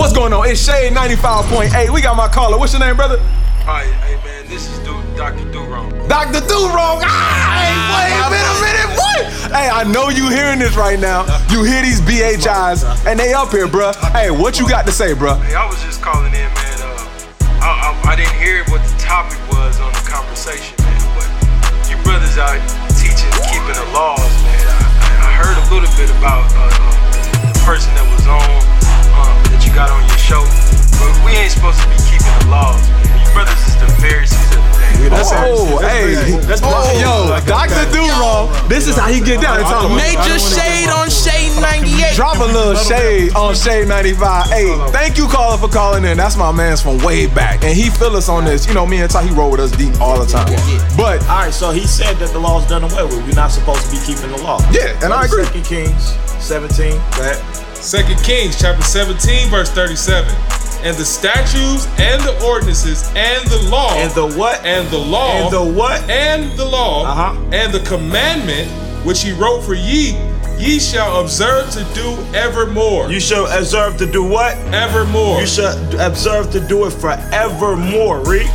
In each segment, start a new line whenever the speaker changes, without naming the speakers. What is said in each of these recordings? What's going on? It's Shade 95.8. We got my caller. What's your name, brother?
Alright, hey man, this is dude, Dr. Durong.
Dr. Do Wrong. Ah, hey, wait a minute, minute, boy. Hey, I know you hearing this right now. You hear these BHIs, and they up here, bruh. Hey, what you got to say, bruh?
Hey, I was just calling in, man. Uh, I, I, I didn't hear what the topic was on the conversation, man. But you brothers out teaching, keeping the laws, man. I, I- I heard a little bit about uh, um, the person that was on um, that you got on your show, but we ain't supposed to be keeping the laws, man. You brothers is the Pharisees of the day.
that's
oh,
that's
hey.
crazy. That's crazy.
oh, yo,
Like,
Dr. Do Wrong. This is how he get down. It's all
Major shade on shade 98.
Drop a little shade on Shade 95. Hey, thank you, caller, for calling in. That's my man's from way back. And he feel us on this. You know, me and Ty, he roll with us deep all the time. But,
All right, so he said that the law's done away with. We're not supposed to be keeping the law.
yeah, and I agree.
Second Kings 17. Go ahead.
Second Kings chapter 17, verse 37. And the statutes and the ordinances and the law
And the what?
and the law
And the what?
and the law
Uh-huh.
and the commandment which he wrote for ye, ye shall observe to do evermore.
You shall observe to do what?
evermore.
You shall observe to do it forevermore. Read.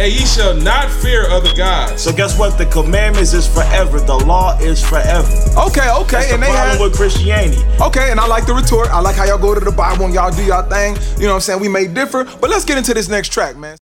and ye shall not fear other gods.
So guess what? The commandments is forever. The law is forever.
Okay, okay.
That's
And
the
they
problem
had.
with Christianity.
Okay, and I like the retort. I like how y'all go to the Bible and y'all do y'all thing. You know what I'm saying? We may differ, but let's get into this next track, man.